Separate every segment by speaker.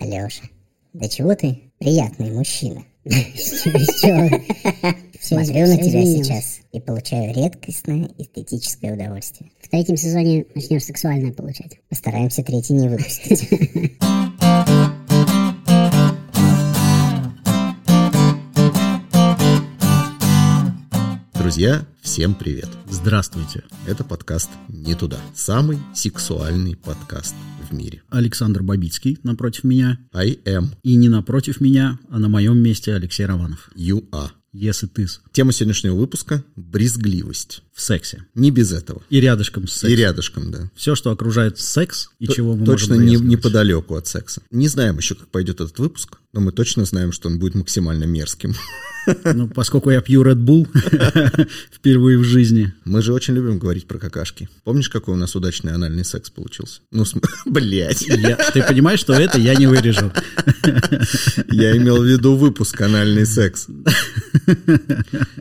Speaker 1: Алеша, да чего ты приятный мужчина? Смотрю на тебя сейчас и получаю редкостное эстетическое удовольствие.
Speaker 2: В третьем сезоне начнешь сексуальное получать.
Speaker 1: Постараемся третий не выпустить.
Speaker 3: Друзья, всем привет! Здравствуйте! Это подкаст «Не туда». Самый сексуальный подкаст в мире.
Speaker 4: Александр Бабицкий напротив меня.
Speaker 3: I am
Speaker 4: И не напротив меня, а на моем месте Алексей Романов.
Speaker 3: you are.
Speaker 4: Если ты с-
Speaker 3: Тема сегодняшнего выпуска – брезгливость.
Speaker 4: в сексе.
Speaker 3: Не без этого.
Speaker 4: И рядышком с
Speaker 3: И
Speaker 4: сексом.
Speaker 3: рядышком, да.
Speaker 4: Все, что окружает секс, и
Speaker 3: Т-
Speaker 4: чего мы
Speaker 3: точно
Speaker 4: можем
Speaker 3: не,
Speaker 4: брезговать.
Speaker 3: неподалеку от секса. Не знаем еще, как пойдет этот выпуск, но мы точно знаем, что он будет максимально мерзким.
Speaker 4: Ну, поскольку я пью Red Bull впервые в жизни.
Speaker 3: Мы же очень любим говорить про какашки. Помнишь, какой у нас удачный анальный секс получился? Ну, см- блядь,
Speaker 4: я- ты понимаешь, что это я не вырежу.
Speaker 3: я имел в виду выпуск «Анальный секс».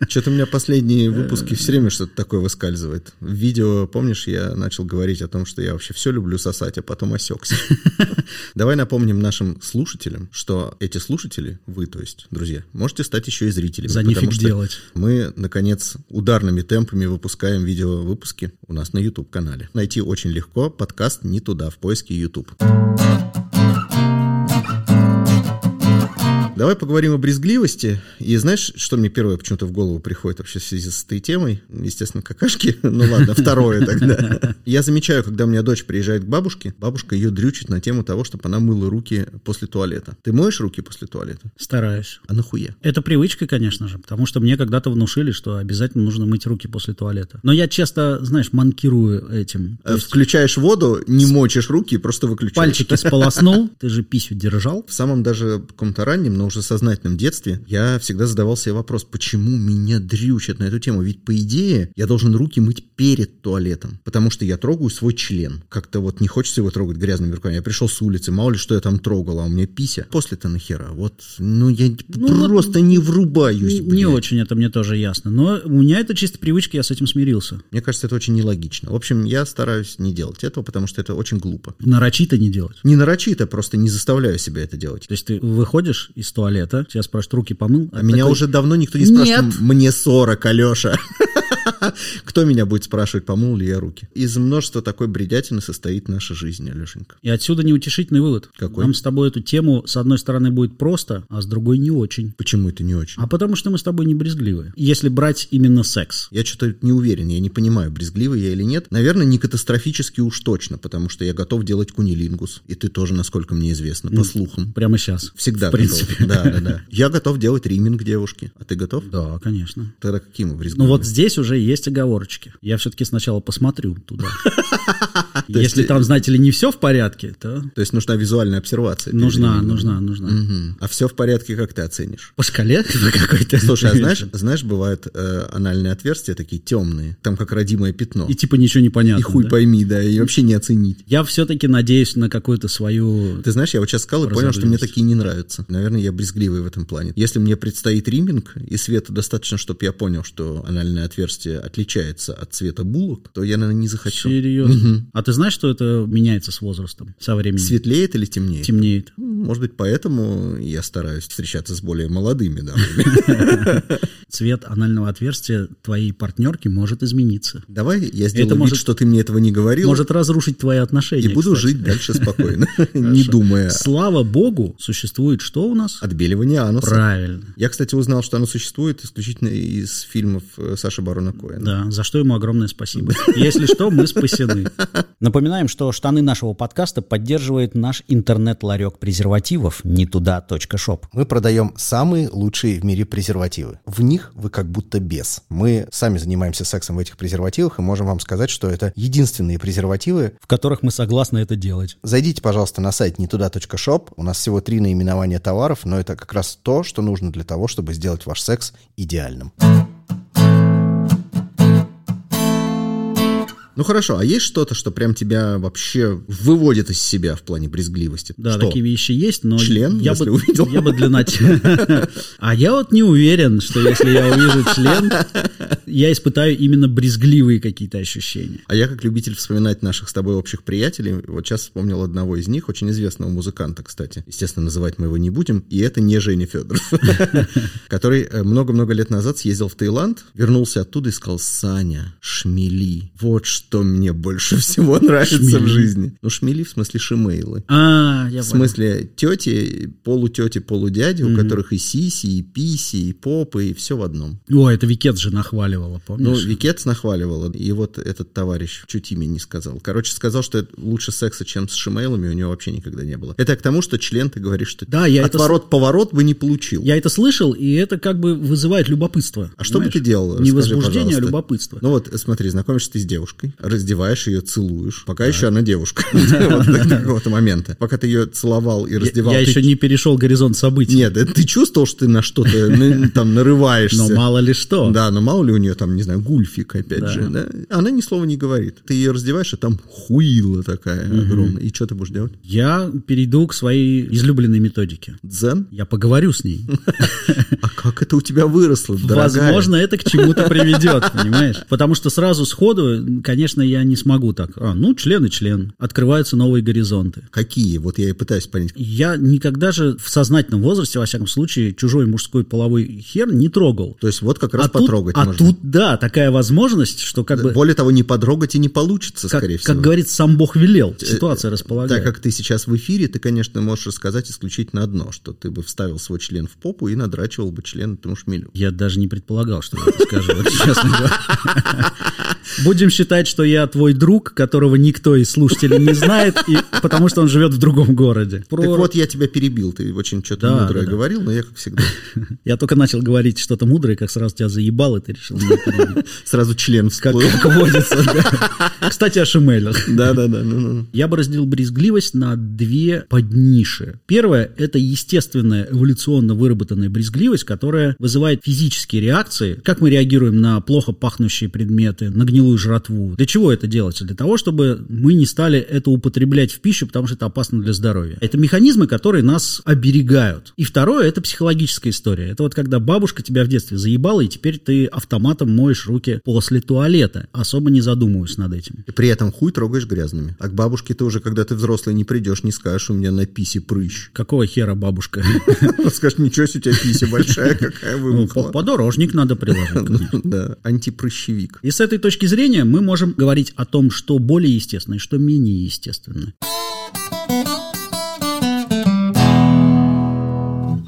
Speaker 3: Что-то у меня последние выпуски все время что-то такое выскальзывает. В видео, помнишь, я начал говорить о том, что я вообще все люблю сосать, а потом осекся. Давай напомним нашим слушателям, что эти слушатели, вы, то есть, друзья, можете стать еще и зрителями.
Speaker 4: За
Speaker 3: потому
Speaker 4: нифиг
Speaker 3: что
Speaker 4: делать.
Speaker 3: Мы, наконец, ударными темпами выпускаем видеовыпуски у нас на YouTube-канале. Найти очень легко подкаст «Не туда» в поиске YouTube. Давай поговорим о брезгливости. И знаешь, что мне первое почему-то в голову приходит вообще в связи с этой темой? Естественно, какашки. Ну ладно, второе тогда. Я замечаю, когда у меня дочь приезжает к бабушке, бабушка ее дрючит на тему того, чтобы она мыла руки после туалета. Ты моешь руки после туалета?
Speaker 4: Стараюсь.
Speaker 3: А нахуя?
Speaker 4: Это привычка, конечно же, потому что мне когда-то внушили, что обязательно нужно мыть руки после туалета. Но я часто, знаешь, манкирую этим. То
Speaker 3: Э,
Speaker 4: есть
Speaker 3: Включаешь воду, не мочишь руки и просто выключаешь.
Speaker 4: пальчики сполоснул, ты же писю держал.
Speaker 3: В самом даже каком-то раннем, но уже сознательном детстве я всегда задавал себе вопрос, почему меня дрючат на эту тему? Ведь, по идее, я должен руки мыть перед туалетом, потому что я трогаю свой член. Как-то вот не хочется его трогать грязными руками. Я пришел с улицы, мало ли что я там трогал, а у меня пися. После-то нахера? Вот, ну я
Speaker 4: Ну,
Speaker 3: просто не врубаюсь,
Speaker 4: Н-
Speaker 3: блядь.
Speaker 4: Не очень это мне тоже ясно. Но у меня это чисто привычка, я с этим смирился.
Speaker 3: Мне кажется, это очень нелогично. В общем, я стараюсь не делать этого, потому что это очень глупо.
Speaker 4: Нарочито не делать.
Speaker 3: Не нарочито, просто не заставляю себя это делать.
Speaker 4: То есть ты выходишь из туалета, тебя спрашивают, руки помыл?
Speaker 3: А меня
Speaker 4: такой,
Speaker 3: уже давно никто не спрашивает.
Speaker 4: Нет.
Speaker 3: Мне 40, Алеша. Кто меня будет спрашивать, помыл ли я руки? Из множества такой бредятины состоит наша жизнь, Алешенька.
Speaker 4: И отсюда неутешительный вывод.
Speaker 3: Какой?
Speaker 4: Нам с тобой эту тему, с одной стороны, будет просто, а с другой не очень.
Speaker 3: Почему это не очень?
Speaker 4: А потому что мы с тобой не брезгливы. Если брать именно секс.
Speaker 3: Я что-то не уверен, я не понимаю, брезгливый я или нет. Наверное, не катастрофически уж точно, потому что я готов делать кунилингус. И ты тоже, насколько мне известно, по слухам.
Speaker 4: Прямо сейчас.
Speaker 3: Всегда
Speaker 4: в принципе.
Speaker 3: готов. Да, да, да. Я готов делать риминг девушки. А ты готов?
Speaker 4: Да, конечно.
Speaker 3: Тогда какие мы
Speaker 4: Ну
Speaker 3: брезгливые?
Speaker 4: вот здесь уже есть оговорочки. Я все-таки сначала посмотрю туда. Если
Speaker 3: есть-
Speaker 4: там, знаете ли, не все в порядке, то
Speaker 3: То есть нужна визуальная обсервация. ты
Speaker 4: нужна,
Speaker 3: риминг.
Speaker 4: нужна, нужна.
Speaker 3: Мгм. А все в порядке, как ты оценишь?
Speaker 4: По шкале какой-то.
Speaker 3: Слушай, а знаешь, знаешь, бывают э, анальные отверстия такие темные, там как родимое пятно.
Speaker 4: И типа ничего не понятно.
Speaker 3: И хуй
Speaker 4: да?
Speaker 3: пойми, да, и вообще не оценить.
Speaker 4: Я все-таки надеюсь на какую-то свою...
Speaker 3: Ты знаешь, я вот сейчас сказал и понял, что мне
Speaker 4: Разозлились.
Speaker 3: такие не нравятся. Наверное, я брезгливый в этом плане. Если мне предстоит риминг, и света достаточно, чтобы я понял, что анальное отверстие отличается от цвета булок, то я, наверное, не захочу.
Speaker 4: Серьезно. А ты знаешь, что это меняется с возрастом, со временем?
Speaker 3: Светлеет или темнее?
Speaker 4: Темнеет.
Speaker 3: М, Может быть, поэтому я стараюсь встречаться с более молодыми дамами.
Speaker 4: Цвет анального отверстия твоей партнерки может измениться.
Speaker 3: Давай я сделаю
Speaker 4: Это
Speaker 3: вид,
Speaker 4: может-
Speaker 3: что ты мне этого не говорил,
Speaker 4: Может разрушить твои отношения.
Speaker 3: и буду
Speaker 4: кстати.
Speaker 3: жить дальше спокойно, не думая
Speaker 4: Слава богу, существует что у нас?
Speaker 3: отбеливание ануса.
Speaker 4: Правильно.
Speaker 3: Я, кстати, узнал, что оно существует исключительно из фильмов э, Саши Барона Коэна.
Speaker 4: Да, за что ему огромное спасибо. Если что, мы спасены.
Speaker 5: Напоминаем, что штаны нашего подкаста поддерживает наш интернет-ларек презервативов не туда.шоп.
Speaker 6: Мы продаем самые лучшие в мире презервативы. В них вы как будто без. Мы сами занимаемся сексом в этих презервативах и можем вам сказать, что это единственные презервативы.
Speaker 5: в которых мы согласны это делать.
Speaker 6: Зайдите, пожалуйста, на сайт нетуда.шоп. У нас всего три наименования товаров, но это как раз то, что нужно для того, чтобы сделать ваш секс идеальным.
Speaker 3: Ну Ну хорошо, а есть что-то, что прям тебя вообще выводит из себя в плане брезгливости?
Speaker 4: Да,
Speaker 3: что?
Speaker 4: такие вещи есть, но
Speaker 3: Член,
Speaker 4: я
Speaker 3: если
Speaker 4: бы,
Speaker 3: увидел?
Speaker 4: Я бы для нач- А я вот не уверен, что если я увижу член, я испытаю именно брезгливые какие-то ощущения.
Speaker 3: А я, как любитель вспоминать наших с тобой общих приятелей, вот сейчас вспомнил одного из них, очень известного музыканта, кстати. Естественно, называть мы его не будем, и это не Женя Федоров, который э, много-много лет назад съездил в Таиланд, вернулся оттуда и сказал, Саня, шмели, вот что мне больше всего нравится в
Speaker 4: Шмели.
Speaker 3: жизни. Ну, шмели в смысле шимейлы.
Speaker 4: А, я
Speaker 3: В
Speaker 4: понял.
Speaker 3: смысле, тети, полутети, полудяди, у
Speaker 4: Мгм.
Speaker 3: которых и сиси, и писи, и попы, и все в одном.
Speaker 4: О, это Викет же нахваливала,
Speaker 3: Ну,
Speaker 4: помнишь?
Speaker 3: Викетс нахваливала, и вот этот товарищ чуть имя не сказал. Короче, сказал, что это лучше секса, чем с шимейлами, у него вообще никогда не было. Это я к тому, что член, ты говоришь, что
Speaker 4: Да, я это, с-
Speaker 3: отворот-поворот бы не получил.
Speaker 4: я это слышал, и это как бы вызывает любопытство.
Speaker 3: А что бы
Speaker 4: понимаешь?
Speaker 3: ты делала?
Speaker 4: Не
Speaker 3: Расскажи,
Speaker 4: возбуждение,
Speaker 3: пожалуйста.
Speaker 4: а любопытство.
Speaker 3: Ну вот, смотри, знакомишься ты с девушкой, раздеваешь ее, целуешь. Пока еще она девушка. Вот До до какого-то момента. Пока ты ее целовал и
Speaker 4: Я-
Speaker 3: раздевал,
Speaker 4: я
Speaker 3: ты-
Speaker 4: еще не перешел горизонт событий.
Speaker 3: Нет, это ты чувствовал, что ты на что-то ну, там нарываешься.
Speaker 4: но мало ли что.
Speaker 3: Да, но мало ли у нее там, не знаю, гульфик, опять
Speaker 4: Да.
Speaker 3: же. да? Она ни слова не говорит. Ты ее раздеваешь, а там хуила такая огромная. И что ты будешь делать?
Speaker 4: Я перейду к своей излюбленной методике.
Speaker 3: Дзен?
Speaker 4: Я поговорю с ней.
Speaker 3: А как это у тебя выросло, дорогая?
Speaker 4: Возможно, это к чему-то приведет, понимаешь? Потому что сразу сходу, конечно, я не смогу так. А, ну, член и член. Открываются новые горизонты.
Speaker 3: Какие? Вот я и пытаюсь понять.
Speaker 4: Я никогда же в сознательном возрасте, во всяком случае, чужой мужской половой хер не трогал.
Speaker 3: То есть вот как раз
Speaker 4: а тут,
Speaker 3: потрогать
Speaker 4: а
Speaker 3: можно.
Speaker 4: тут, да, такая возможность, что как бы,
Speaker 3: Более того, не потрогать и не получится,
Speaker 4: как,
Speaker 3: скорее
Speaker 4: как
Speaker 3: всего. Э,
Speaker 4: говорит, сам Бог велел. Ситуация располагает.
Speaker 3: Так как ты сейчас в эфире, ты, конечно, можешь рассказать исключительно одно, что ты бы вставил свой член в попу и надрачивал бы член этому шмелю.
Speaker 4: Я даже не предполагал, что я это скажу, вот честно говоря. Будем считать, что я твой друг, которого никто из слушателей не знает, и- потому что он живет в другом городе. Про-
Speaker 3: Так вот, я тебя перебил, ты очень что-то
Speaker 4: Да,
Speaker 3: мудрое
Speaker 4: да, да.
Speaker 3: говорил, но я, как всегда,
Speaker 4: Я только начал говорить что-то мудрое, как сразу тебя заебал, и ты решил меня перебить.
Speaker 3: сразу член
Speaker 4: Как,
Speaker 3: всплыл.
Speaker 4: как водится. да. Кстати, о шимелях.
Speaker 3: Да-да-да, ну-ну-ну.
Speaker 4: Я бы разделил брезгливость на две подниши. Первое – это естественная эволюционно выработанная брезгливость, которая вызывает физические реакции, как мы реагируем на плохо пахнущие предметы, на гнилую жратву. Для чего это делается? Для того, чтобы мы не стали это употреблять в пищу, потому что это опасно для здоровья. Это механизмы, которые нас оберегают. И второе – это психологическая история. Это вот когда бабушка тебя в детстве заебала, и теперь ты автоматом моешь руки после туалета. Особо не задумываюсь над этим.
Speaker 3: И при этом хуй трогаешь грязными. А к бабушке ты уже, когда ты взрослый, не придешь, не скажешь, у меня на писе прыщ.
Speaker 4: Какого хера бабушка?
Speaker 3: Скажешь, ничего себе, у тебя пися большая, какая
Speaker 4: Ну, по-
Speaker 3: вымахла.
Speaker 4: Подорожник надо приложить. конечно.
Speaker 3: Да, антипрыщевик.
Speaker 4: И с этой точки зрения мы можем говорить о том, что более естественно и что менее естественно.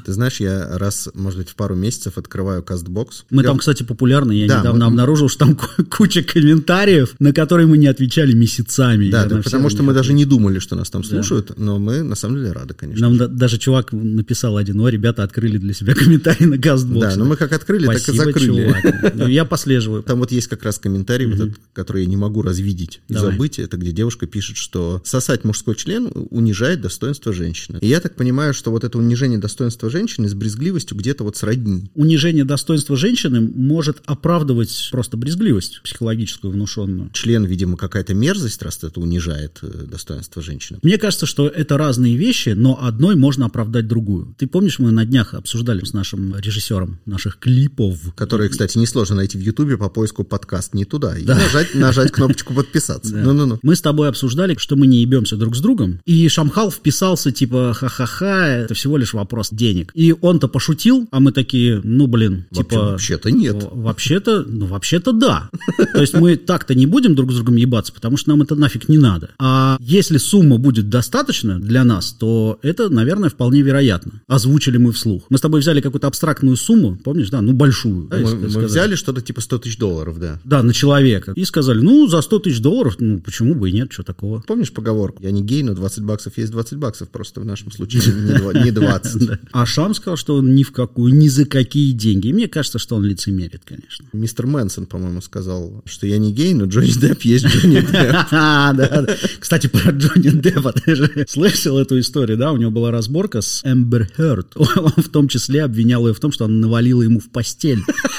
Speaker 3: Ты знаешь, я раз, может быть, в пару месяцев открываю кастбокс.
Speaker 4: Мы
Speaker 3: Я-
Speaker 4: там, кстати, популярны. Я
Speaker 3: Да,
Speaker 4: недавно
Speaker 3: мы-
Speaker 4: обнаружил, что там ку- куча комментариев, на которые мы не отвечали месяцами.
Speaker 3: Да,
Speaker 4: Я
Speaker 3: да,
Speaker 4: на все
Speaker 3: потому что мы
Speaker 4: отвечал.
Speaker 3: даже не думали, что нас там слушают, но мы на самом деле рады, конечно.
Speaker 4: Нам да- даже чувак написал один, о, ребята открыли для себя комментарий на Газбоксе.
Speaker 3: Да, но мы как открыли, так и
Speaker 4: Спасибо,
Speaker 3: закрыли.
Speaker 4: чувак. Ну, Я послеживаю.
Speaker 3: Там вот есть как раз комментарий, вот этот, который я не могу развидеть и
Speaker 4: Давай.
Speaker 3: забыть. Это где девушка пишет, что сосать мужской член унижает достоинство женщины. И я так понимаю, что вот это унижение достоинства женщины с брезгливостью где-то вот сродни.
Speaker 4: Унижение достоинства женщины может оправдывать просто брезгливость психологическую внушенную.
Speaker 3: Член, видимо, какая-то мерзость, раз это унижает э, достоинство женщины.
Speaker 4: Мне кажется, что это разные вещи, но одной можно оправдать другую. Ты помнишь, мы на днях обсуждали с нашим режиссером наших клипов.
Speaker 3: Которые, кстати, несложно найти в Ютубе по поиску подкаст не туда. И нажать, нажать кнопочку подписаться. Ну-ну-ну.
Speaker 4: Мы с тобой обсуждали, что мы не ебемся друг с другом. И Шамхал вписался, типа, ха-ха-ха, это всего лишь вопрос денег. И он-то пошутил, а мы такие, ну, блин,
Speaker 3: Вообще-
Speaker 4: типа...
Speaker 3: Вообще-то нет.
Speaker 4: «Во- Вообще-то, ну, вообще-то да. То есть мы так-то не будем друг с другом ебаться, потому что нам это нафиг не надо. А если сумма будет достаточно для нас, то это, наверное, вполне вероятно. Озвучили мы вслух. Мы с тобой взяли какую-то абстрактную сумму, помнишь, да, ну, большую. да,
Speaker 3: Мы,
Speaker 4: если
Speaker 3: мы
Speaker 4: сказать.
Speaker 3: взяли что-то типа 100 тысяч долларов, да.
Speaker 4: Да, на человека. И сказали, ну, за 100 тысяч долларов, ну, почему бы и нет, что такого.
Speaker 3: Помнишь поговорку? Я не гей, но 20 баксов есть 20 баксов. Просто в нашем случае не два- не 20.
Speaker 4: А сам сказал, что он ни в какую, ни за какие деньги. И мне кажется, что он лицемерит, конечно.
Speaker 3: Мистер Мэнсон, по-моему, сказал, что я не гей, но Джонни Депп есть Джонни Депп.
Speaker 4: А, Да, да. Кстати, про Джонни Деппа. Ты же слышал эту историю, да? У него была разборка с Эмбер Хёрд. Он в том числе обвинял ее в том, что она навалила ему в постель.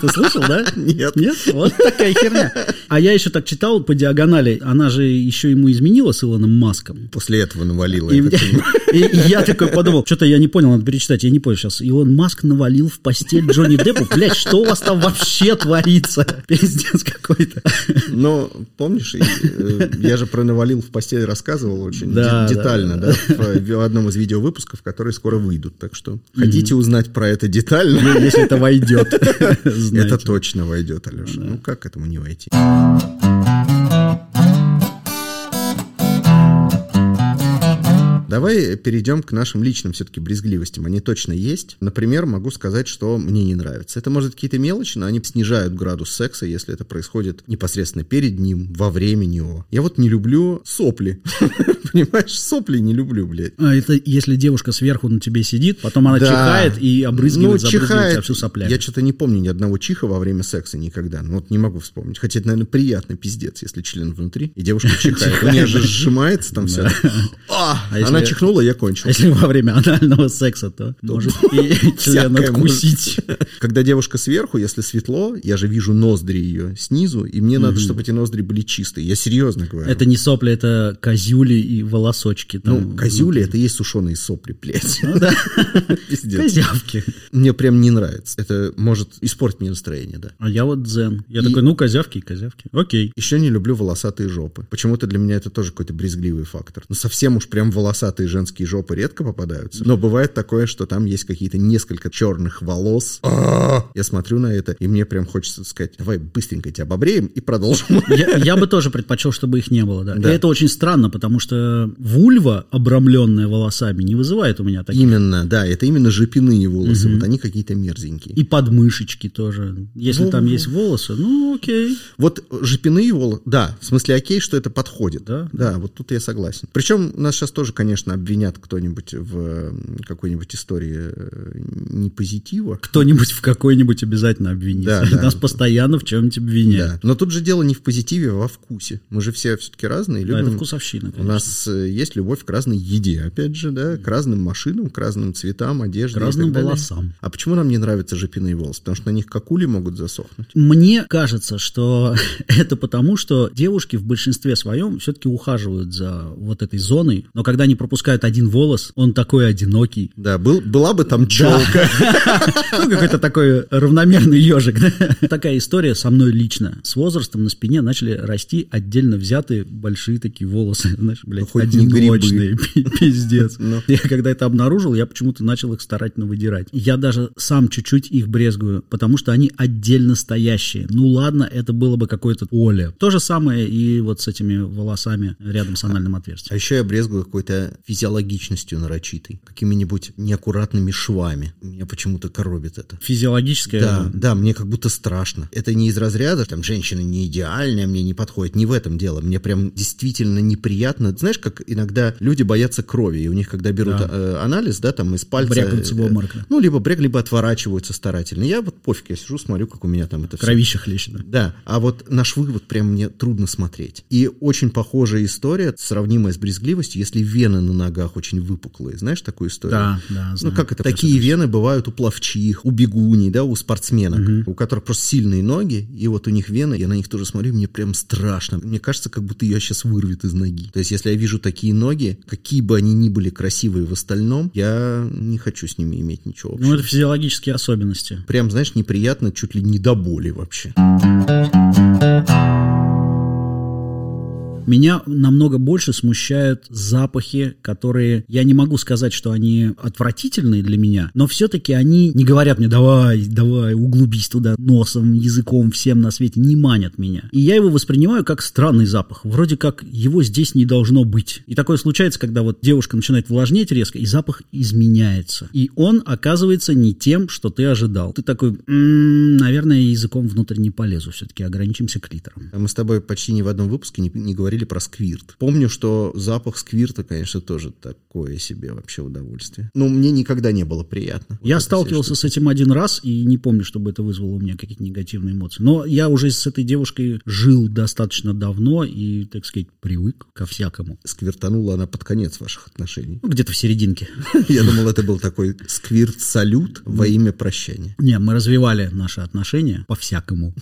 Speaker 4: Ты слышал, да?
Speaker 3: Нет.
Speaker 4: Нет? Вот такая херня. А я еще так читал по диагонали. Она же еще ему изменила с Илоном Маском.
Speaker 3: После этого навалила.
Speaker 4: И,
Speaker 3: я так
Speaker 4: мне-
Speaker 3: понимаю.
Speaker 4: и- и я такой подумал, что-то я не понял, надо перечитать, я не понял сейчас. Илон Маск навалил в постель Джонни Деппу, блядь, что у вас там вообще творится? Пиздец какой-то.
Speaker 3: Но помнишь, и, э, я же про навалил в постель рассказывал очень де-
Speaker 4: Да, да,
Speaker 3: детально, да, в, в одном из видеовыпусков, которые скоро выйдут. Так что хотите узнать про это детально?
Speaker 4: Если это войдет.
Speaker 3: Это
Speaker 4: знаете.
Speaker 3: точно войдет, Алеша. Ну как к этому не войти? Давай перейдем к нашим личным все-таки брезгливостям. Они точно есть. Например, могу сказать, что мне не нравится. Это, может, какие-то мелочи, но они снижают градус секса, если это происходит непосредственно перед ним, во время него. Я вот не люблю сопли. Понимаешь, сопли не люблю, блядь.
Speaker 4: А это если девушка сверху на тебе сидит, потом она
Speaker 3: Да.
Speaker 4: чихает и
Speaker 3: Ну,
Speaker 4: обрызгивает, забрызгивает тебя
Speaker 3: чихает.
Speaker 4: всю соплями.
Speaker 3: Я что-то не помню ни одного чиха во время секса никогда. Ну, вот не могу вспомнить. Хотя это, наверное, приятный пиздец, если член внутри, и девушка чихает. У нее же сжимается там все.
Speaker 4: А если-
Speaker 3: Она чихнула, я кончил.
Speaker 4: А если во время анального секса, то может и член
Speaker 3: Всякое
Speaker 4: откусить.
Speaker 3: Когда девушка сверху, если светло, я же вижу ноздри ее снизу, и мне надо, чтобы эти ноздри были чистые. Я серьезно говорю.
Speaker 4: Это не сопли, это козюли и волосочки. там.
Speaker 3: ну, козюли это и есть сушеные сопли, блядь.
Speaker 4: Ну да,
Speaker 3: Пиздец.
Speaker 4: козявки.
Speaker 3: Мне прям не нравится. Это может испортить мне настроение, да.
Speaker 4: А я вот дзен. Я
Speaker 3: И-
Speaker 4: такой, ну, козявки, козявки. Окей.
Speaker 3: Еще не люблю волосатые жопы. Почему-то для меня это тоже какой-то брезгливый фактор. Ну, совсем уж прям волосатые женские жопы редко попадаются. Но бывает такое, что там есть какие-то несколько черных волос. А-а-а! Я смотрю на это, и мне прям хочется сказать, давай быстренько тебя обобреем и продолжим.
Speaker 4: Я, я бы тоже предпочел, чтобы их не было, да.
Speaker 3: Да.
Speaker 4: И это очень странно, потому что вульва, обрамленная волосами, не вызывает у меня таких.
Speaker 3: Именно, да, это именно жопяные волосы. Вот они какие-то мерзенькие.
Speaker 4: И подмышечки тоже. Если там есть волосы, ну окей.
Speaker 3: Вот жопяные волосы, да, в смысле окей, что это подходит.
Speaker 4: Да,
Speaker 3: Да, вот тут я согласен. Причем нас сейчас тоже, конечно, обвинят кто-нибудь в э, какой-нибудь истории э, непозитива.
Speaker 4: Кто-нибудь в какой-нибудь обязательно обвинит.
Speaker 3: Да, да.
Speaker 4: Нас постоянно в чем-нибудь обвиняют.
Speaker 3: Да. Но тут же дело не в позитиве, а во вкусе. Мы же все все-таки разные,
Speaker 4: Да,
Speaker 3: любим.
Speaker 4: А, это вкусовщина.
Speaker 3: У
Speaker 4: конечно.
Speaker 3: нас э, есть любовь к разной еде, опять же, да, к разным машинам, к разным цветам, одежде.
Speaker 4: К
Speaker 3: и так
Speaker 4: разным
Speaker 3: далее.
Speaker 4: волосам.
Speaker 3: А почему нам не нравятся жопиные волосы? Потому что на них какули могут засохнуть.
Speaker 4: Мне кажется, что это потому, что девушки в большинстве своем все-таки ухаживают за вот этой зоной, но когда они пропускают один волос, он такой одинокий.
Speaker 3: Да, был, была бы там челка.
Speaker 4: Ну, какой-то такой равномерный ежик. да. Такая история со мной лично. С возрастом на спине начали расти отдельно взятые большие такие волосы. Знаешь, блядь,
Speaker 3: Ну, хоть не грибы. Ну.
Speaker 4: одиночные. Пи- Пиздец. Я когда это обнаружил, я почему-то начал их старательно выдирать. Я даже сам чуть-чуть их брезгую, потому что они отдельно стоящие. Ну ладно, это было бы какое-то поле. То же самое и вот с этими волосами рядом с анальным
Speaker 3: А
Speaker 4: отверстием.
Speaker 3: еще я брезгую какой-то физиологичностью нарочитой, какими-нибудь неаккуратными швами. Меня почему-то коробит это.
Speaker 4: Физиологическое...
Speaker 3: Да, да, мне как будто страшно. Это не из разряда, там, женщина не идеальная, мне не подходит. Не в этом дело. Мне прям действительно неприятно. Знаешь, как иногда люди боятся крови, и у них, когда берут
Speaker 4: Да.
Speaker 3: э, анализ, да, там, из пальца...
Speaker 4: Брякаются в
Speaker 3: э,
Speaker 4: обморок.
Speaker 3: Ну, либо брек, либо отворачиваются старательно. Я вот пофиг, я сижу, смотрю, как у меня там это всё.
Speaker 4: Кровища хлещет. да.
Speaker 3: Да, а вот наш вывод прям мне трудно смотреть. И очень похожая история, сравнимая с брезгливостью, если вены на ногах очень выпуклые. Знаешь такую историю?
Speaker 4: Да, да,
Speaker 3: Ну
Speaker 4: знаю.
Speaker 3: как это? Такие вены бывают у пловчих, у бегуней, да, у спортсменок, у которых просто сильные ноги, и вот у них вены, я на них тоже смотрю, мне прям страшно. Мне кажется, как будто ее сейчас вырвет из ноги. То есть, если я вижу такие ноги, какие бы они ни были красивые в остальном, я не хочу с ними иметь ничего общего.
Speaker 4: Ну, это физиологические особенности.
Speaker 3: Прям, знаешь, неприятно, чуть ли не до боли вообще. А
Speaker 4: Меня намного больше смущают запахи, которые я не могу сказать, что они отвратительные для меня, но все-таки они не говорят мне «давай, давай, углубись туда носом, языком, всем на свете», не манят меня. И я его воспринимаю как странный запах, вроде как его здесь не должно быть. И такое случается, когда вот девушка начинает влажнеть резко, и запах изменяется. И он оказывается не тем, что ты ожидал. Ты такой «М, наверное, я языком внутрь не полезу, все-таки ограничимся клитором.
Speaker 3: Мы с тобой почти ни в одном выпуске не, не говорили про сквирт. Помню, что запах сквирта, конечно, тоже такое себе вообще удовольствие. Но мне никогда не было приятно.
Speaker 4: Я сталкивался с этим один раз и не помню, чтобы это вызвало у меня какие-то негативные эмоции. Но я уже с этой девушкой жил достаточно давно и, так сказать, привык ко всякому.
Speaker 3: Сквиртанула она под конец ваших отношений.
Speaker 4: Ну, где-то в серединке.
Speaker 3: Я думал, это был такой сквирт-салют во имя прощания.
Speaker 4: Не, мы развивали наши отношения по-всякому.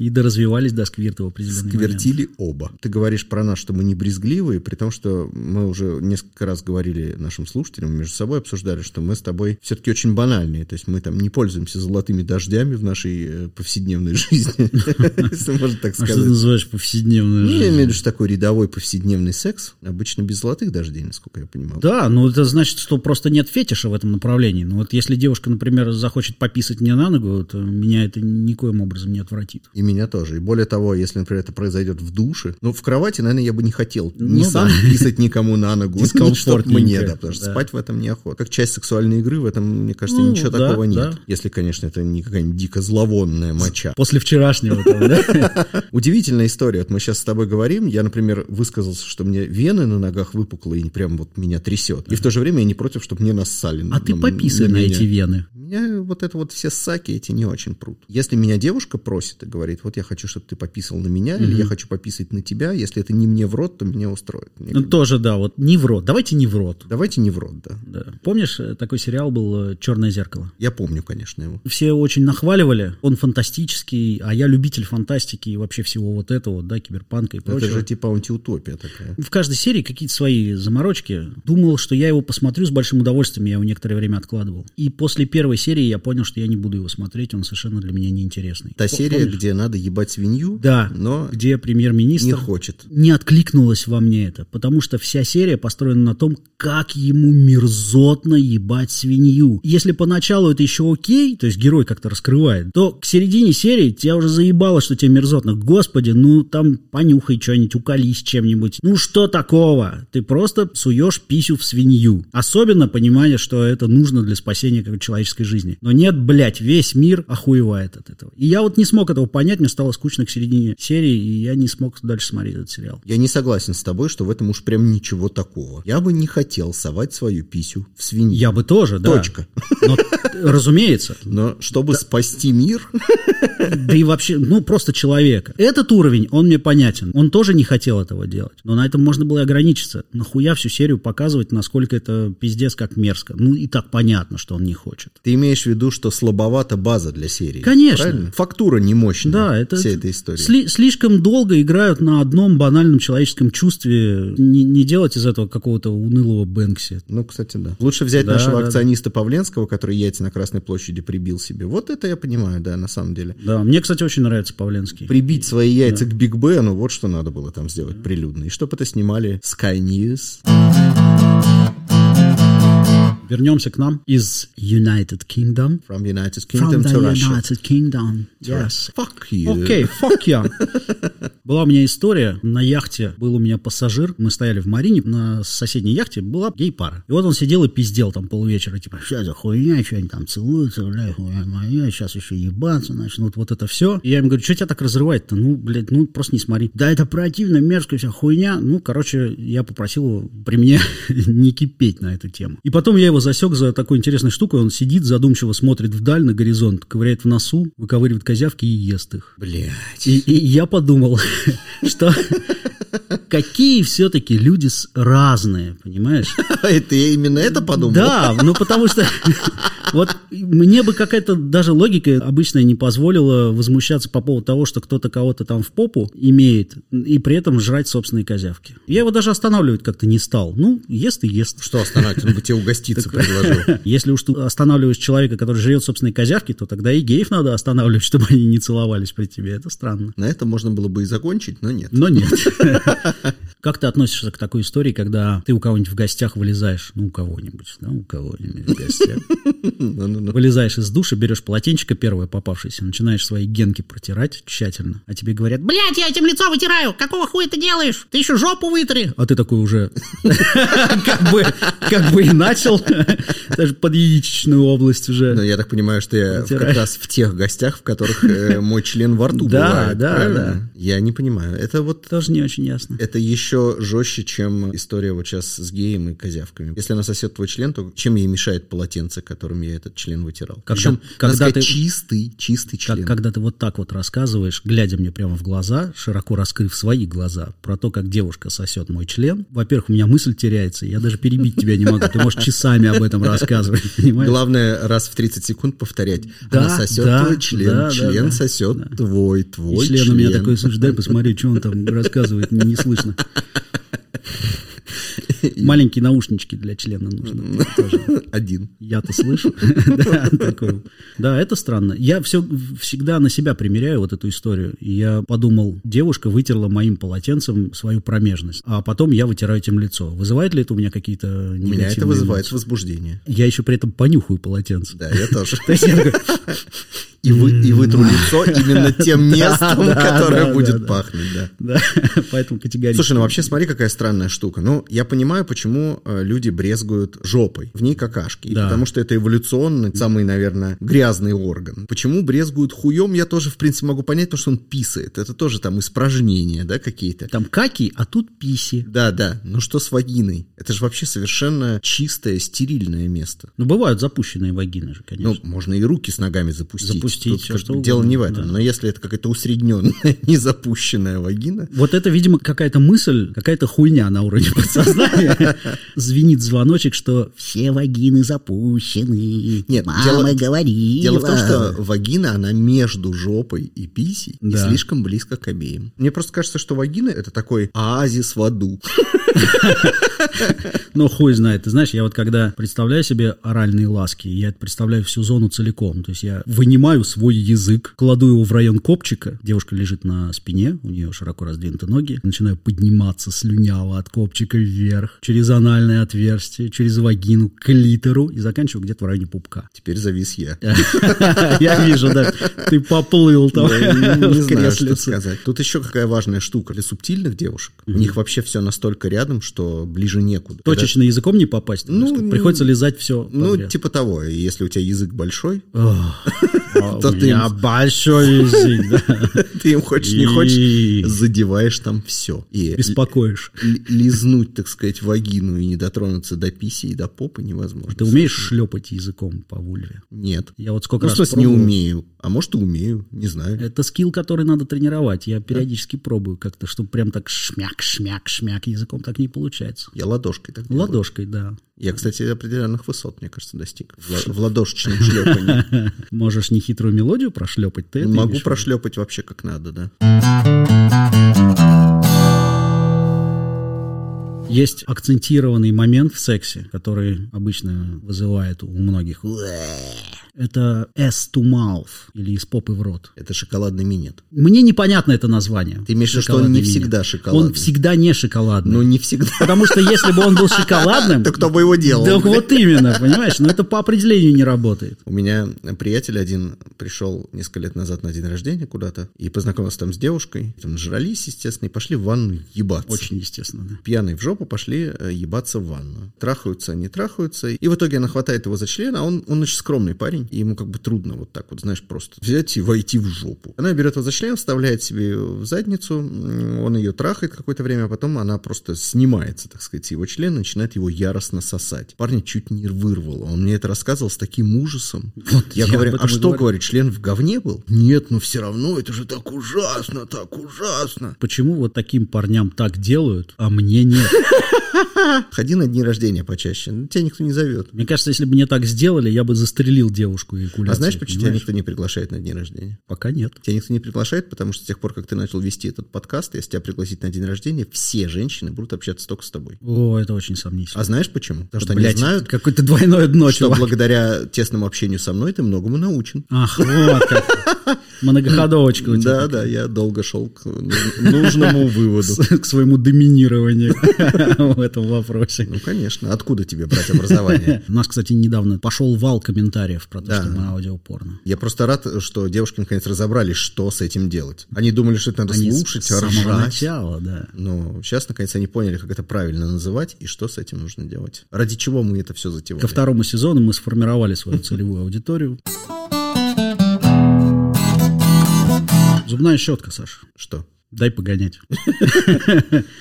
Speaker 4: И доразвивались до сквирта в определенный момент.
Speaker 3: Сквертили оба. Ты говоришь про нас, что мы не брезгливые, при том, что мы уже несколько раз говорили нашим слушателям, между собой обсуждали, что мы с тобой все-таки очень банальные. То есть мы там не пользуемся золотыми дождями в нашей э, повседневной жизни. Если можно так
Speaker 4: А что ты
Speaker 3: сказать.
Speaker 4: называешь повседневную
Speaker 3: Ну, я
Speaker 4: жизнь?
Speaker 3: имею в виду, что такой рядовой повседневный секс, обычно без золотых дождей, насколько я понимаю.
Speaker 4: Да, ну это значит, что просто нет фетиша в этом направлении. Ну вот если девушка, например, захочет пописать мне на ногу, то меня это никоим образом не отвратит.
Speaker 3: И меня тоже. И более того, если, например, это произойдет в душе, ну, в кровати, наверное, я бы не хотел
Speaker 4: Ну
Speaker 3: ни
Speaker 4: да.
Speaker 3: сам писать никому на ногу, ни чтоб
Speaker 4: Дискомфортненько,
Speaker 3: мне, да, потому что
Speaker 4: да.
Speaker 3: спать в этом неохота. Как часть сексуальной игры в этом, мне кажется,
Speaker 4: Ну,
Speaker 3: ничего
Speaker 4: да,
Speaker 3: такого нет.
Speaker 4: да.
Speaker 3: Если, конечно, это не какая-нибудь дико зловонная моча.
Speaker 4: После вчерашнего, там, да?
Speaker 3: Удивительная история. Вот мы сейчас с тобой говорим. Я, например, высказался, что мне вены на ногах выпуклые, и прям вот меня трясет. И в то же время я не против, чтобы мне нассали.
Speaker 4: А ты пописай на эти
Speaker 3: вены.
Speaker 4: вены.
Speaker 3: Меня вот это вот все саки эти не очень прут. Если меня девушка просит и говорит, вот я хочу, чтобы ты пописал на меня, или я хочу пописать на тебя, если это не мне в рот, то меня устроит. Мне
Speaker 4: Ну
Speaker 3: как бы,
Speaker 4: тоже, да, вот не в рот. Давайте не в рот.
Speaker 3: Давайте не в рот, да.
Speaker 4: Да. Помнишь, э, такой сериал был э, «Черное зеркало»?
Speaker 3: Я помню, конечно, его.
Speaker 4: Все очень нахваливали. Он фантастический, а я любитель фантастики и вообще всего вот этого, да, киберпанка и прочего.
Speaker 3: Это же типа антиутопия такая.
Speaker 4: В каждой серии какие-то свои заморочки. Думал, что я его посмотрю с большим удовольствием, я его некоторое время откладывал. И после первой серии я понял, что я не буду его смотреть, он совершенно для меня неинтересный.
Speaker 3: Та
Speaker 4: П-
Speaker 3: серия,
Speaker 4: помнишь?
Speaker 3: где надо ебать свинью,
Speaker 4: Да,
Speaker 3: но
Speaker 4: где
Speaker 3: не
Speaker 4: премьер-министр
Speaker 3: хочет.
Speaker 4: не откликнулось во мне это, потому что вся серия построена на том, как ему мерзотно ебать свинью. Если поначалу это еще окей, то есть герой как-то раскрывает, то к середине серии тебя уже заебало, что тебе мерзотно. Господи, ну там понюхай что-нибудь, уколись чем-нибудь. Ну что такого? Ты просто суешь писю в свинью. Особенно понимая, что это нужно для спасения как бы, человеческой жизни. Но нет, блядь, весь мир охуевает от этого. И я вот не смог этого понять, мне стало скучно к середине серии, и я не смог дальше смотреть этот сериал.
Speaker 3: Я не согласен с тобой, что в этом уж прям ничего такого. Я бы не хотел совать свою писю в свинью.
Speaker 4: Я бы тоже, да.
Speaker 3: Точка.
Speaker 4: Но, разумеется.
Speaker 3: Но чтобы спасти мир,
Speaker 4: Да и вообще, ну, просто человека. Этот уровень, он мне понятен. Он тоже не хотел этого делать. Но на этом можно было и ограничиться. Нахуя всю серию показывать, насколько это пиздец как мерзко. Ну, и так понятно, что он не хочет.
Speaker 3: ты имеешь в виду, что слабовата база для серии.
Speaker 4: Конечно.
Speaker 3: правильно? Фактура не мощная.
Speaker 4: Да, это...
Speaker 3: вся эта история.
Speaker 4: сли- слишком долго играют на одном банальном человеческом чувстве. Не, не делать из этого какого-то унылого Бэнкси.
Speaker 3: Ну, кстати, да. Лучше взять
Speaker 4: Да,
Speaker 3: нашего
Speaker 4: да,
Speaker 3: акциониста Павленского, который яйца на Красной площади прибил себе. Вот это я понимаю, да, на самом деле.
Speaker 4: Да, мне, кстати, очень нравится Павленский.
Speaker 3: Прибить свои яйца к Биг Бену, вот что надо было там сделать прилюдно. И чтобы это снимали Sky News.
Speaker 4: Вернемся к нам из United Kingdom.
Speaker 3: From United
Speaker 4: From
Speaker 3: Kingdom
Speaker 4: the
Speaker 3: to Russia.
Speaker 4: United Kingdom. Yes.
Speaker 3: Fuck you.
Speaker 4: Окей, fuck you. Была у меня история. На яхте был у меня пассажир. Мы стояли в марине. На соседней яхте была гей-пара. И вот он сидел и пиздел там полвечера. Типа, сейчас за хуйня, что они там целуются, бля, хуйня моя, сейчас еще ебаться начнут. Вот это все. И я им говорю, что тебя так разрывает-то? Ну, блядь, ну просто не смотри. Да это противно, мерзко, вся хуйня. Ну, короче, я попросил его при мне не кипеть на эту тему. И потом я его засек за такой интересной штукой. Он сидит задумчиво, смотрит вдаль на горизонт, ковыряет в носу, выковыривает козявки и ест их.
Speaker 3: Блять.
Speaker 4: И, и я подумал, что какие все-таки люди с- разные, понимаешь?
Speaker 3: Это я именно это подумал?
Speaker 4: Да, ну потому что вот мне бы какая-то даже логика обычная не позволила возмущаться по поводу того, что кто-то кого-то там в попу имеет, и при этом жрать собственные козявки. Я его даже останавливать как-то не стал. Ну, ест и ест.
Speaker 3: Что останавливать? Он бы тебе угоститься предложил.
Speaker 4: Если уж ты останавливаешь человека, который жрет собственные козявки, то тогда и геев надо останавливать, чтобы они не целовались при тебе. Это странно.
Speaker 3: На этом можно было бы и закончить, но нет.
Speaker 4: Но нет. Как ты относишься к такой истории, когда ты у кого-нибудь в гостях вылезаешь, ну, у кого-нибудь, да, у кого-нибудь в гостях,
Speaker 3: Ну-ну-ну.
Speaker 4: вылезаешь из душа, берешь полотенчико первое попавшееся, начинаешь свои генки протирать тщательно, а тебе говорят, блядь, я этим лицо вытираю, какого хуя ты делаешь? Ты еще жопу вытри. А ты такой уже как бы, как бы и начал, даже под яичечную область
Speaker 3: Но
Speaker 4: уже.
Speaker 3: Ну, я так понимаю, что я
Speaker 4: Натирай.
Speaker 3: как раз в тех гостях, в которых э, мой член во рту
Speaker 4: Да,
Speaker 3: бывает,
Speaker 4: да,
Speaker 3: правильно? Я не понимаю. Это вот
Speaker 4: Тоже не очень ясно.
Speaker 3: Это еще жестче, чем история вот сейчас с геем и козявками. Если она сосет твой член, то чем ей мешает полотенце, которым я этот член вытирал?
Speaker 4: Когда-
Speaker 3: Причем, надо
Speaker 4: когда
Speaker 3: сказать,
Speaker 4: ты-
Speaker 3: чистый, чистый
Speaker 4: Как-
Speaker 3: член.
Speaker 4: когда ты вот так вот рассказываешь, глядя мне прямо в глаза, широко раскрыв свои глаза, про то, как девушка сосет мой член, во-первых, у меня мысль теряется, я даже перебить тебя не могу, ты можешь часами об этом рассказывать, понимаешь?
Speaker 3: Главное раз в 30 секунд повторять.
Speaker 4: Да,
Speaker 3: она сосет
Speaker 4: да,
Speaker 3: твой член,
Speaker 4: да, да,
Speaker 3: член
Speaker 4: да.
Speaker 3: сосет твой,
Speaker 4: И
Speaker 3: твой
Speaker 4: член у меня такой, слушай, дай посмотри, что он там рассказывает, не, не слышно. Маленькие наушнички для члена нужно. тоже.
Speaker 3: Один.
Speaker 4: Я-то слышу. Да, такое. Да, это странно. Я все, всегда на себя примеряю вот эту историю. И Я подумал, девушка вытерла моим полотенцем свою промежность, а потом я вытираю этим лицо. Вызывает ли это у меня какие-то
Speaker 3: У меня это
Speaker 4: негативные
Speaker 3: вызывает
Speaker 4: эмоции?
Speaker 3: возбуждение.
Speaker 4: Я еще при этом понюхаю полотенце.
Speaker 3: Да, я тоже. И вы- и вытру лицо именно тем местом,
Speaker 4: да, да,
Speaker 3: которое
Speaker 4: да.
Speaker 3: будет пахнуть, да.
Speaker 4: Да, поэтому категорически.
Speaker 3: Слушай, ну вообще смотри, какая странная штука. Ну, я понимаю, почему э, люди брезгуют жопой. В ней какашки. И
Speaker 4: Да.
Speaker 3: Потому что это эволюционный, самый, наверное, грязный орган. Почему брезгуют хуем, я тоже, в принципе, могу понять, потому что он писает. Это тоже там испражнения, да, какие-то.
Speaker 4: Там каки, а тут писи.
Speaker 3: Да, да. Ну что с вагиной? Это же вообще совершенно чистое, стерильное место.
Speaker 4: Ну, бывают запущенные вагины же,
Speaker 3: Ну,
Speaker 4: конечно.
Speaker 3: можно и руки с ногами запустить.
Speaker 4: Запустить
Speaker 3: Тут
Speaker 4: всё,
Speaker 3: как
Speaker 4: что
Speaker 3: бы
Speaker 4: угодно,
Speaker 3: Дело не в этом.
Speaker 4: да.
Speaker 3: Но если это какая-то усредненная, незапущенная вагина,
Speaker 4: Вот это, видимо, какая-то мысль, какая-то хуйня на уровне подсознания. Звенит звоночек, что все вагины запущены.
Speaker 3: Нет,
Speaker 4: мама
Speaker 3: дело-
Speaker 4: говорила.
Speaker 3: Дело в том, что вагина, она между жопой и писей
Speaker 4: Да.
Speaker 3: и слишком близко к обеим. Мне просто кажется, что вагина это такой оазис в аду.
Speaker 4: Ну, хуй знает. Ты знаешь, я вот когда представляю себе оральные ласки, я представляю всю зону целиком. То есть я вынимаю свой язык, кладу его в район копчика. Девушка лежит на спине, у нее широко раздвинуты ноги. Начинаю подниматься слюняво от копчика вверх, через анальное отверстие, через вагину, к литеру и заканчиваю где-то в районе пупка.
Speaker 3: Теперь завис я.
Speaker 4: Я вижу, да. Ты поплыл там
Speaker 3: Я не
Speaker 4: в
Speaker 3: знаю, что
Speaker 4: креслице.
Speaker 3: сказать. Тут еще какая важная штука для субтильных девушек. У них вообще все настолько рядом, что ближе некуда. Когда-
Speaker 4: Точечно языком не попасть. так
Speaker 3: Ну,
Speaker 4: сказать. Приходится лизать все.
Speaker 3: Ну, типа того. И Если у тебя язык большой,
Speaker 4: то
Speaker 3: то ты-
Speaker 4: большой язык, да.
Speaker 3: ты им хочешь не
Speaker 4: И-
Speaker 3: хочешь, задеваешь там все. И
Speaker 4: Беспокоишь.
Speaker 3: л- лизнуть, так сказать, вагину и не дотронуться до писи и до попы невозможно.
Speaker 4: А Ты умеешь шлепать языком по вульве?
Speaker 3: Нет.
Speaker 4: Я вот сколько
Speaker 3: Ну, в
Speaker 4: раз
Speaker 3: смысле, не
Speaker 4: пробовал. Э,
Speaker 3: умею. А может, и умею, не знаю.
Speaker 4: Это скилл, который надо тренировать. Я периодически пробую как-то, чтобы прям так шмяк, шмяк, шмяк. Языком так не получается.
Speaker 3: Я ладошкой так делаю.
Speaker 4: Ладошкой, да.
Speaker 3: Я, кстати, определенных высот, мне кажется, достиг. В, ла- в ладошечном шлепании.
Speaker 4: Можешь нехитрую мелодию прошлепать. Ты это
Speaker 3: Могу
Speaker 4: имеешь в виду?
Speaker 3: прошлепать вообще как надо, да.
Speaker 4: Есть акцентированный момент в сексе, который обычно вызывает у многих. Это S to mouth или из попы в рот.
Speaker 3: Это шоколадный минет.
Speaker 4: Мне непонятно это название.
Speaker 3: Ты имеешь в виду, что он не
Speaker 4: Шоколадный винегрет.
Speaker 3: всегда шоколадный?
Speaker 4: Он всегда не шоколадный.
Speaker 3: Ну, не всегда.
Speaker 4: Потому что если бы он был шоколадным...
Speaker 3: Да кто бы его делал?
Speaker 4: Да вот именно, понимаешь? Но это по определению не работает.
Speaker 3: У меня приятель один пришел несколько лет назад на день рождения куда-то и познакомился там с девушкой. Там нажрались, естественно, и пошли в ванну ебаться.
Speaker 4: Очень естественно, да.
Speaker 3: пьяные в жопу пошли э, ебаться в ванну. Трахаются, не трахаются. И в итоге она хватает его за член, а он, он очень скромный парень, и ему как бы трудно вот так вот, знаешь, просто взять и войти в жопу. Она берет его за член, вставляет себе в задницу, м, он ее трахает какое-то время, а потом она просто снимается, так сказать, с его член, начинает его яростно сосать. Парня чуть не вырвало. Он мне это рассказывал с таким ужасом. я,
Speaker 4: я
Speaker 3: говорю,
Speaker 4: об этом
Speaker 3: а
Speaker 4: и
Speaker 3: что,
Speaker 4: говорю».
Speaker 3: говорит, член в говне был? Нет, ну все равно, это же так ужасно, так ужасно.
Speaker 4: Почему вот таким парням так делают, а мне нет?
Speaker 3: Ходи на дни рождения почаще, ну, тебя никто не зовет.
Speaker 4: Мне кажется, если бы мне так сделали, я бы застрелил девушку и
Speaker 3: А знаешь, почему тебя никто не приглашает на дни рождения?
Speaker 4: Пока нет.
Speaker 3: Тебя никто не приглашает, потому что с тех пор, как ты начал вести этот подкаст, если тебя пригласить на день рождения, все женщины будут общаться только с тобой.
Speaker 4: О, это очень сомнительно.
Speaker 3: А знаешь почему? Потому что
Speaker 4: Блядь,
Speaker 3: они знают,
Speaker 4: Какое-то двойное дно,
Speaker 3: что
Speaker 4: чувак.
Speaker 3: благодаря тесному общению со мной ты многому научен.
Speaker 4: Ах, вот как. Многоходовочка у тебя.
Speaker 3: Да, да, я долго шел к ну- нужному выводу.
Speaker 4: С- К своему доминированию в этом вопросе.
Speaker 3: Ну, конечно. Откуда тебе брать образование?
Speaker 4: У нас, кстати, недавно пошел вал комментариев про то,
Speaker 3: Да.
Speaker 4: что мы аудиопорно.
Speaker 3: Я просто рад, что девушки наконец разобрались, что с этим делать. Они думали, что это надо
Speaker 4: Они с-
Speaker 3: слушать,
Speaker 4: с самого
Speaker 3: ржать.
Speaker 4: начала, да.
Speaker 3: Но сейчас, наконец, они поняли, как это правильно называть и что с этим нужно делать. Ради чего мы это все затевали.
Speaker 4: Ко второму сезону мы сформировали свою целевую аудиторию. Зубная щетка, Саша.
Speaker 3: Что?
Speaker 4: Дай погонять.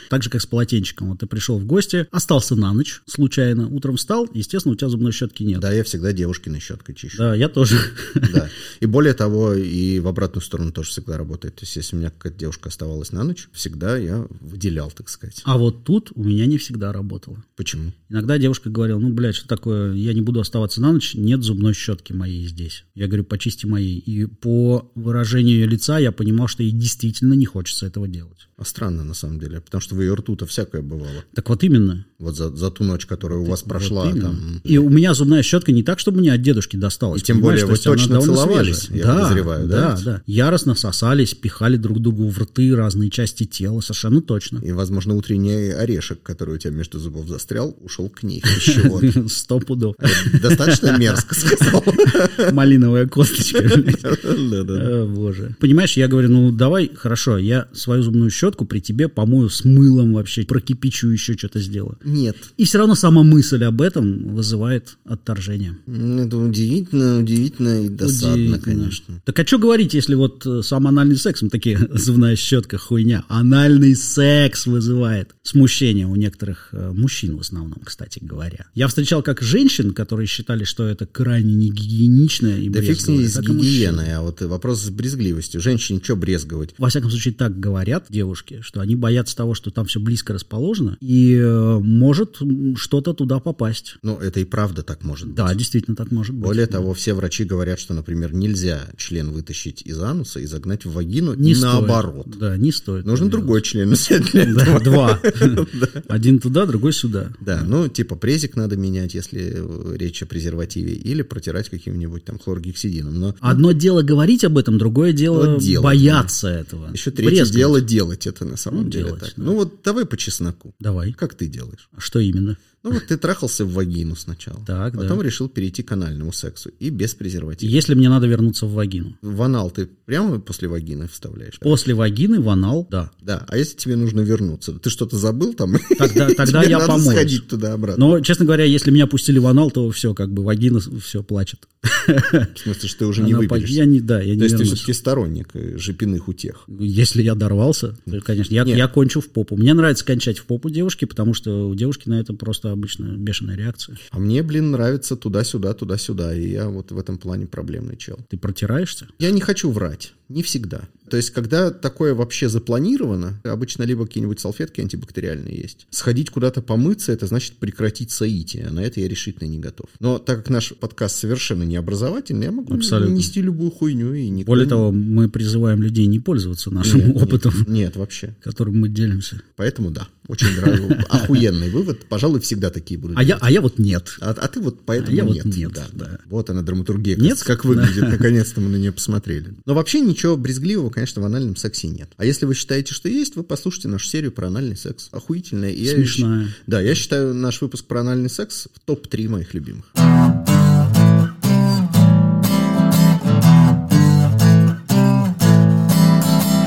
Speaker 4: Так же, как с полотенчиком. Вот ты пришел в гости, остался на ночь случайно, утром встал, естественно, у тебя зубной щетки нет.
Speaker 3: Да, я всегда девушкиной щеткой чищу.
Speaker 4: Да, я тоже.
Speaker 3: Да. И более того, и в обратную сторону тоже всегда работает. То есть, если у меня какая-то девушка оставалась на ночь, всегда я выделял, так сказать.
Speaker 4: А вот тут у меня не всегда работало.
Speaker 3: Почему?
Speaker 4: Иногда девушка говорила, ну, блядь, что такое, я не буду оставаться на ночь, нет зубной щетки моей здесь. Я говорю, почисти моей. И по выражению ее лица я понимал, что ей действительно не хочется этого делать.
Speaker 3: А странно, на самом деле, потому что в ее рту-то всякое бывало.
Speaker 4: Так вот именно.
Speaker 3: Вот за, за ту ночь, которая у вас прошла,
Speaker 4: Вот именно.
Speaker 3: там...
Speaker 4: И у меня зубная щетка не так, чтобы мне от дедушки досталась.
Speaker 3: И тем
Speaker 4: понимаешь?
Speaker 3: более
Speaker 4: То есть
Speaker 3: вы
Speaker 4: она
Speaker 3: точно
Speaker 4: довольно
Speaker 3: целовались,
Speaker 4: свежая.
Speaker 3: я подозреваю, да,
Speaker 4: Да,
Speaker 3: ведь?
Speaker 4: да. Яростно сосались, пихали друг другу в рты разные части тела, совершенно точно.
Speaker 3: И, возможно, утренний орешек, который у тебя между зубов застрял, ушел к ней. из чего-то.
Speaker 4: Сто пудов.
Speaker 3: Достаточно мерзко сказал.
Speaker 4: Малиновая косточка. блядь.
Speaker 3: Да-да-да.
Speaker 4: Э, Боже. Понимаешь, я говорю, ну давай, хорошо, я свою зубную щетку при тебе помою с мылом вообще, прокипячу еще что-то сделаю.
Speaker 3: Нет.
Speaker 4: И все равно сама мысль об этом вызывает отторжение.
Speaker 3: Ну, Это удивительно, удивительно и досадно,
Speaker 4: Удивительно.
Speaker 3: конечно.
Speaker 4: Так а что говорить, если вот э, сам анальный секс, мы такие, зубная щетка, хуйня. Анальный секс вызывает смущение у некоторых э, мужчин в основном, кстати говоря. Я встречал как женщин, которые считали, что это крайне негигиенично. И
Speaker 3: Да фиг с ней
Speaker 4: брезговали,
Speaker 3: с
Speaker 4: так и мужчин.
Speaker 3: гигиеной, а вот и вопрос с брезгливостью. Женщине что брезговать?
Speaker 4: Во всяком случае, так говорят девушки, что они боятся того, что там все близко расположено, и э, может м, что-то туда попасть.
Speaker 3: Ну, это и правда так может быть.
Speaker 4: Да, действительно, так может быть.
Speaker 3: Более того, все врачи говорят, что, например, нельзя член вытащить из ануса и загнать в вагину,
Speaker 4: Не
Speaker 3: и
Speaker 4: стоит.
Speaker 3: наоборот.
Speaker 4: Да, не стоит.
Speaker 3: Нужен
Speaker 4: наверное.
Speaker 3: другой член взять для этого.
Speaker 4: Да, Два. Один туда, другой сюда.
Speaker 3: Да, ну, типа презик надо менять, если э, речь о презервативе, или протирать каким-нибудь там хлоргексидином. Но
Speaker 4: Одно дело говорить об этом, другое дело
Speaker 3: Вот дело,
Speaker 4: бояться этого.
Speaker 3: еще третье
Speaker 4: Брезгать.
Speaker 3: дело делать это на самом
Speaker 4: Ну,
Speaker 3: деле
Speaker 4: делать,
Speaker 3: так.
Speaker 4: да.
Speaker 3: Ну вот давай по чесноку.
Speaker 4: Давай.
Speaker 3: Как ты делаешь?
Speaker 4: А Что именно?
Speaker 3: Ну вот ты трахался в вагину сначала,
Speaker 4: Так, да.
Speaker 3: потом решил перейти к анальному сексу и без презерватива.
Speaker 4: Если мне надо вернуться в вагину.
Speaker 3: В анал ты прямо после вагины вставляешь?
Speaker 4: После вагины в анал, да.
Speaker 3: Да, а если тебе нужно вернуться? Ты что-то забыл там?
Speaker 4: Тогда, тогда
Speaker 3: Тебе
Speaker 4: я
Speaker 3: надо
Speaker 4: помоюсь.
Speaker 3: сходить туда-обратно.
Speaker 4: Но, честно говоря, если меня пустили в анал, то все, как бы, вагина все плачет.
Speaker 3: В смысле, что ты уже не
Speaker 4: Она по-
Speaker 3: выберешься.
Speaker 4: Я не, да, я не
Speaker 3: То есть ты
Speaker 4: вернусь.
Speaker 3: все-таки сторонник э, жепиных утех.
Speaker 4: Если я дорвался, то, конечно, я,
Speaker 3: Нет.
Speaker 4: я кончу в попу. Мне нравится кончать в попу девушки, потому что у девушки на это просто обычно бешеная реакция.
Speaker 3: А мне, блин, нравится туда-сюда, туда-сюда, и я вот в этом плане проблемный чел.
Speaker 4: Ты протираешься?
Speaker 3: Я не хочу врать, не всегда. То есть, когда такое вообще запланировано, обычно либо какие-нибудь салфетки антибактериальные есть. Сходить куда-то помыться, это значит прекратить соитие, а на это я решительно не готов. Но так как наш подкаст совершенно не образовательный, я могу
Speaker 4: Абсолютно.
Speaker 3: нести любую хуйню и никто
Speaker 4: Более
Speaker 3: не-
Speaker 4: того, мы призываем людей не пользоваться нашим
Speaker 3: Нет,
Speaker 4: опытом,
Speaker 3: Нет, нет, вообще.
Speaker 4: которым мы делимся.
Speaker 3: Поэтому да, очень нравится. Охуенный вывод. Пожалуй, всегда такие будут.
Speaker 4: А я, а я вот нет.
Speaker 3: А, а ты вот поэтому
Speaker 4: А я вот
Speaker 3: нет.
Speaker 4: нет, да.
Speaker 3: Вот она, драматургия.
Speaker 4: Нет?
Speaker 3: Нет? Как выглядит, наконец-то мы на нее посмотрели. Но вообще ничего брезгливого, конечно, в анальном сексе нет. А если вы считаете, что есть, вы послушайте нашу серию про анальный секс. Охуительная. И я
Speaker 4: Смешная.
Speaker 3: щ- да, я считаю наш выпуск про анальный секс в топ-3 моих любимых.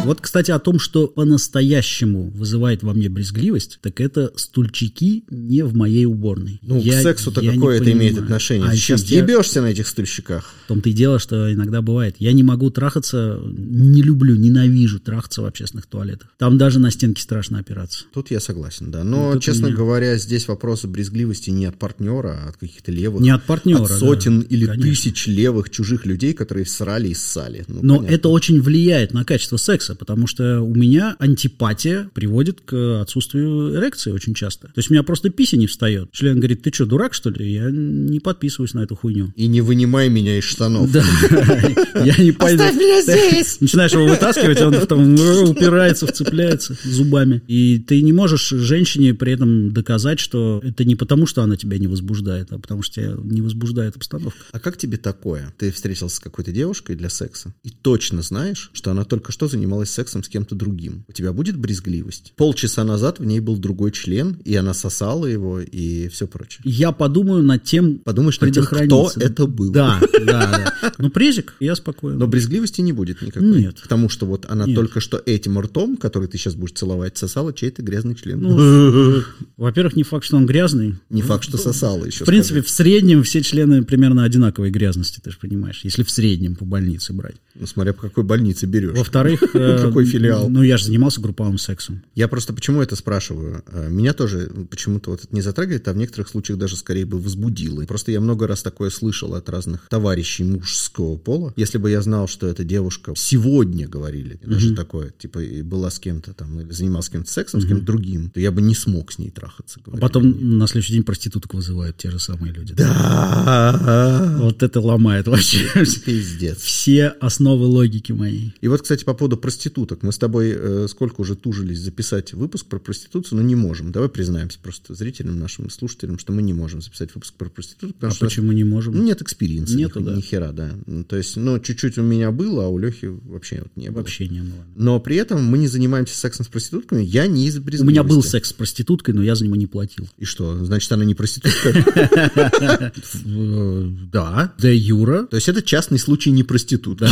Speaker 4: Вот, кстати, о том, что по-настоящему вызывает во мне брезгливость, так это стульчики не в моей уборной.
Speaker 3: Ну,
Speaker 4: Я-
Speaker 3: к сексу-то
Speaker 4: я не
Speaker 3: какое это
Speaker 4: понимаю.
Speaker 3: имеет отношение?
Speaker 4: А
Speaker 3: Ты
Speaker 4: еще
Speaker 3: сейчас
Speaker 4: я-
Speaker 3: ебешься на этих стульщиках.
Speaker 4: В том-то и дело, что иногда бывает. Я не могу трахаться, не люблю, ненавижу трахаться в общественных туалетах. Там даже на стенке страшно опираться.
Speaker 3: Тут я согласен, да. Но,
Speaker 4: Ну, тут у
Speaker 3: честно
Speaker 4: меня-
Speaker 3: говоря, здесь вопрос брезгливости не от партнера, а от каких-то левых.
Speaker 4: Не от партнера.
Speaker 3: от сотен
Speaker 4: да.
Speaker 3: или
Speaker 4: Конечно.
Speaker 3: тысяч левых чужих людей, которые срали и ссали. Ну,
Speaker 4: Но
Speaker 3: понятно.
Speaker 4: это очень влияет на качество секса, потому что у меня антипатия приводит к отсутствию эрекции очень часто. То есть у меня просто писи не встает. Член говорит, ты что, дурак, что ли? Я не подписываюсь на эту хуйню.
Speaker 3: И не вынимай меня из штанов.
Speaker 4: Да, я не пойду. Начинаешь его вытаскивать, он там э, упирается, вцепляется зубами. И ты не можешь женщине при этом доказать, что это не потому, что она тебя не возбуждает, а потому что тебя не возбуждает обстановка.
Speaker 3: А как тебе такое? Ты встретился с какой-то девушкой для секса и точно знаешь, что она только что занималась сексом с кем-то другим. У тебя будет брезгливость? Полчаса назад в ней был другой член, и она сосала его и все прочее.
Speaker 4: Я подумаю над тем,
Speaker 3: Подумаешь над тем, кто
Speaker 4: предохраниться.
Speaker 3: это был.
Speaker 4: Да, да, да. Ну, презик, я спокоен.
Speaker 3: Но брезгливости не будет никакой.
Speaker 4: Нет.
Speaker 3: Потому что вот она
Speaker 4: Нет.
Speaker 3: только что этим ртом, который ты сейчас будешь целовать, сосала чей-то грязный член.
Speaker 4: Ну, во-первых, не факт, что он грязный.
Speaker 3: не факт, что сосала еще.
Speaker 4: В принципе, в среднем все члены примерно одинаковой грязности, ты же понимаешь, если в среднем по больнице брать.
Speaker 3: Ну, смотря по какой больнице берешь.
Speaker 4: Во-вторых, э, же...
Speaker 3: Какой филиал?
Speaker 4: Ну, я же занимался групповым сексом.
Speaker 3: Я просто почему это спрашиваю? Э, Меня тоже почему-то вот это не затрагивает, а в некоторых случаях даже скорее бы возбудило. Просто я много раз такое слышал от разных товарищей мужского пола. Если бы я знал, что эта девушка сегодня говорили, даже такое, типа и была с кем-то там, или занималась с кем-то сексом, с кем-то другим, то я бы не смог с ней трахаться.
Speaker 4: А
Speaker 3: говорили мне.
Speaker 4: потом на следующий день проституток вызывают те же самые люди.
Speaker 3: Да,
Speaker 4: Вот это ломает вообще
Speaker 3: пиздец.
Speaker 4: все основы логики моей.
Speaker 3: И вот, кстати, по поводу проституток. Мы с тобой э, сколько уже тужились записать выпуск про проституцию, но не можем. Давай признаемся просто зрителям, нашим слушателям, что мы не можем записать выпуск про проституток, потому
Speaker 4: А
Speaker 3: что у нас
Speaker 4: почему не можем?
Speaker 3: нет экспириенса.
Speaker 4: Нету,
Speaker 3: ни,
Speaker 4: да.
Speaker 3: ни хера, да. Ну, То есть, ну, чуть-чуть у меня было, а у Лехи вообще вот не было.
Speaker 4: Вообще не было.
Speaker 3: Но при этом мы не занимаемся сексом с проститутками, я не из
Speaker 4: У меня был
Speaker 3: брезгливости.
Speaker 4: секс с проституткой, но я за него не платил.
Speaker 3: И что, значит, она не проститутка?
Speaker 4: Э, Да, да Юра.
Speaker 3: То есть это частный случай не проститутка.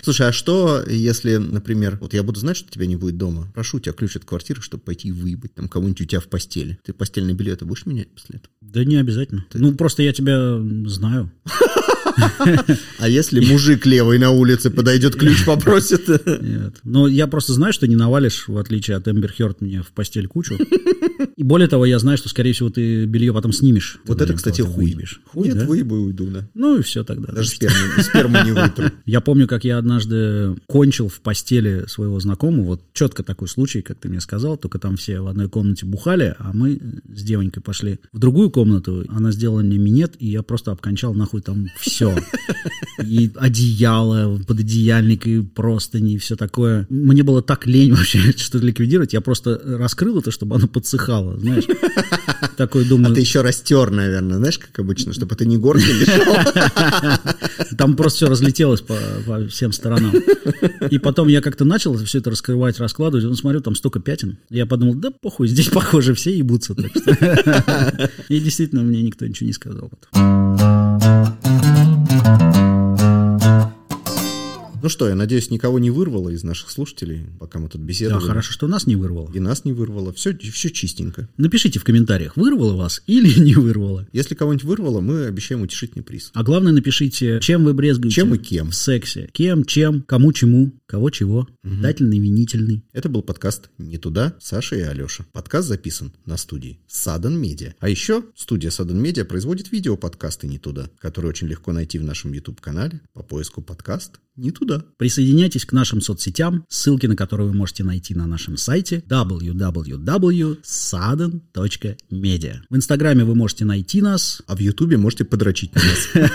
Speaker 3: Слушай, а что, если, например, вот я буду знать, что тебя не будет дома, прошу у тебя ключ от квартиры, чтобы пойти и выебать там кого-нибудь у тебя в постели. Ты постельное белье это будешь менять после этого?
Speaker 4: Да не обязательно. Ну, просто я тебя знаю.
Speaker 3: А если мужик левый на улице подойдет, ключ попросит?
Speaker 4: Нет. Но я просто знаю, что не навалишь, в отличие от Эмбер Хёрд, мне в постель кучу. И более того, я знаю, что, скорее всего, ты белье потом снимешь.
Speaker 3: Вот
Speaker 4: Ты
Speaker 3: это,
Speaker 4: на нём
Speaker 3: кстати,
Speaker 4: кого-то
Speaker 3: хуй.
Speaker 4: выебешь. Хуй,
Speaker 3: Нет,
Speaker 4: да?
Speaker 3: выебу и уйду, да.
Speaker 4: Ну и все тогда.
Speaker 3: Даже сперму, сперму не вытру.
Speaker 4: Я помню, как я однажды кончил в постели своего знакомого. Вот четко такой случай, как ты мне сказал, только там все в одной комнате бухали, а мы с девонькой пошли в другую комнату. Она сделала мне минет, и я просто обкончал нахуй там все. И одеяло, пододеяльник, и простыни, и все такое. Мне было так лень вообще что-то ликвидировать. Я просто раскрыл это, чтобы оно подсыхало, знаешь. Такой
Speaker 3: А
Speaker 4: думаю,
Speaker 3: ты еще растер, наверное, знаешь, как обычно, чтобы это не горки лежал.
Speaker 4: Там просто все разлетелось по, по всем сторонам. И потом я как-то начал все это раскрывать, раскладывать. Ну, смотрю, там столько пятен. Я подумал, да похуй, здесь, похоже, все ебутся. так что. И действительно, мне никто ничего не сказал.
Speaker 3: Ну что, я надеюсь, никого не вырвало из наших слушателей, пока мы тут
Speaker 4: Да,
Speaker 3: беседовали.
Speaker 4: хорошо, что нас не вырвало.
Speaker 3: И нас не вырвало. Все, все чистенько.
Speaker 4: Напишите в комментариях, вырвало вас или не вырвало.
Speaker 3: Если кого-нибудь вырвало, мы обещаем утешительный приз.
Speaker 4: А главное, напишите, чем вы брезгаете.
Speaker 3: Чем и кем.
Speaker 4: В сексе. Кем, чем, кому, чему, кого, чего. Дательный, винительный.
Speaker 3: Это был подкаст «Не туда» Саша и Алеша. Подкаст записан на студии Садан Медиа. А еще студия Садан Медиа производит видео-подкасты «Не туда», которые очень легко найти в нашем YouTube-канале по поиску подкаст «Не туда».
Speaker 4: Присоединяйтесь к нашим соцсетям, ссылки на которые вы можете найти на нашем сайте www.sudden.media. В Инстаграме вы можете найти нас.
Speaker 3: А в Ютубе можете подрочить на нас.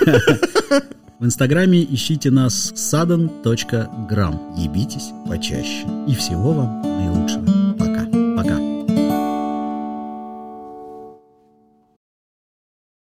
Speaker 4: В Инстаграме ищите нас sudden.gram.
Speaker 3: Ебитесь почаще.
Speaker 4: И всего вам наилучшего.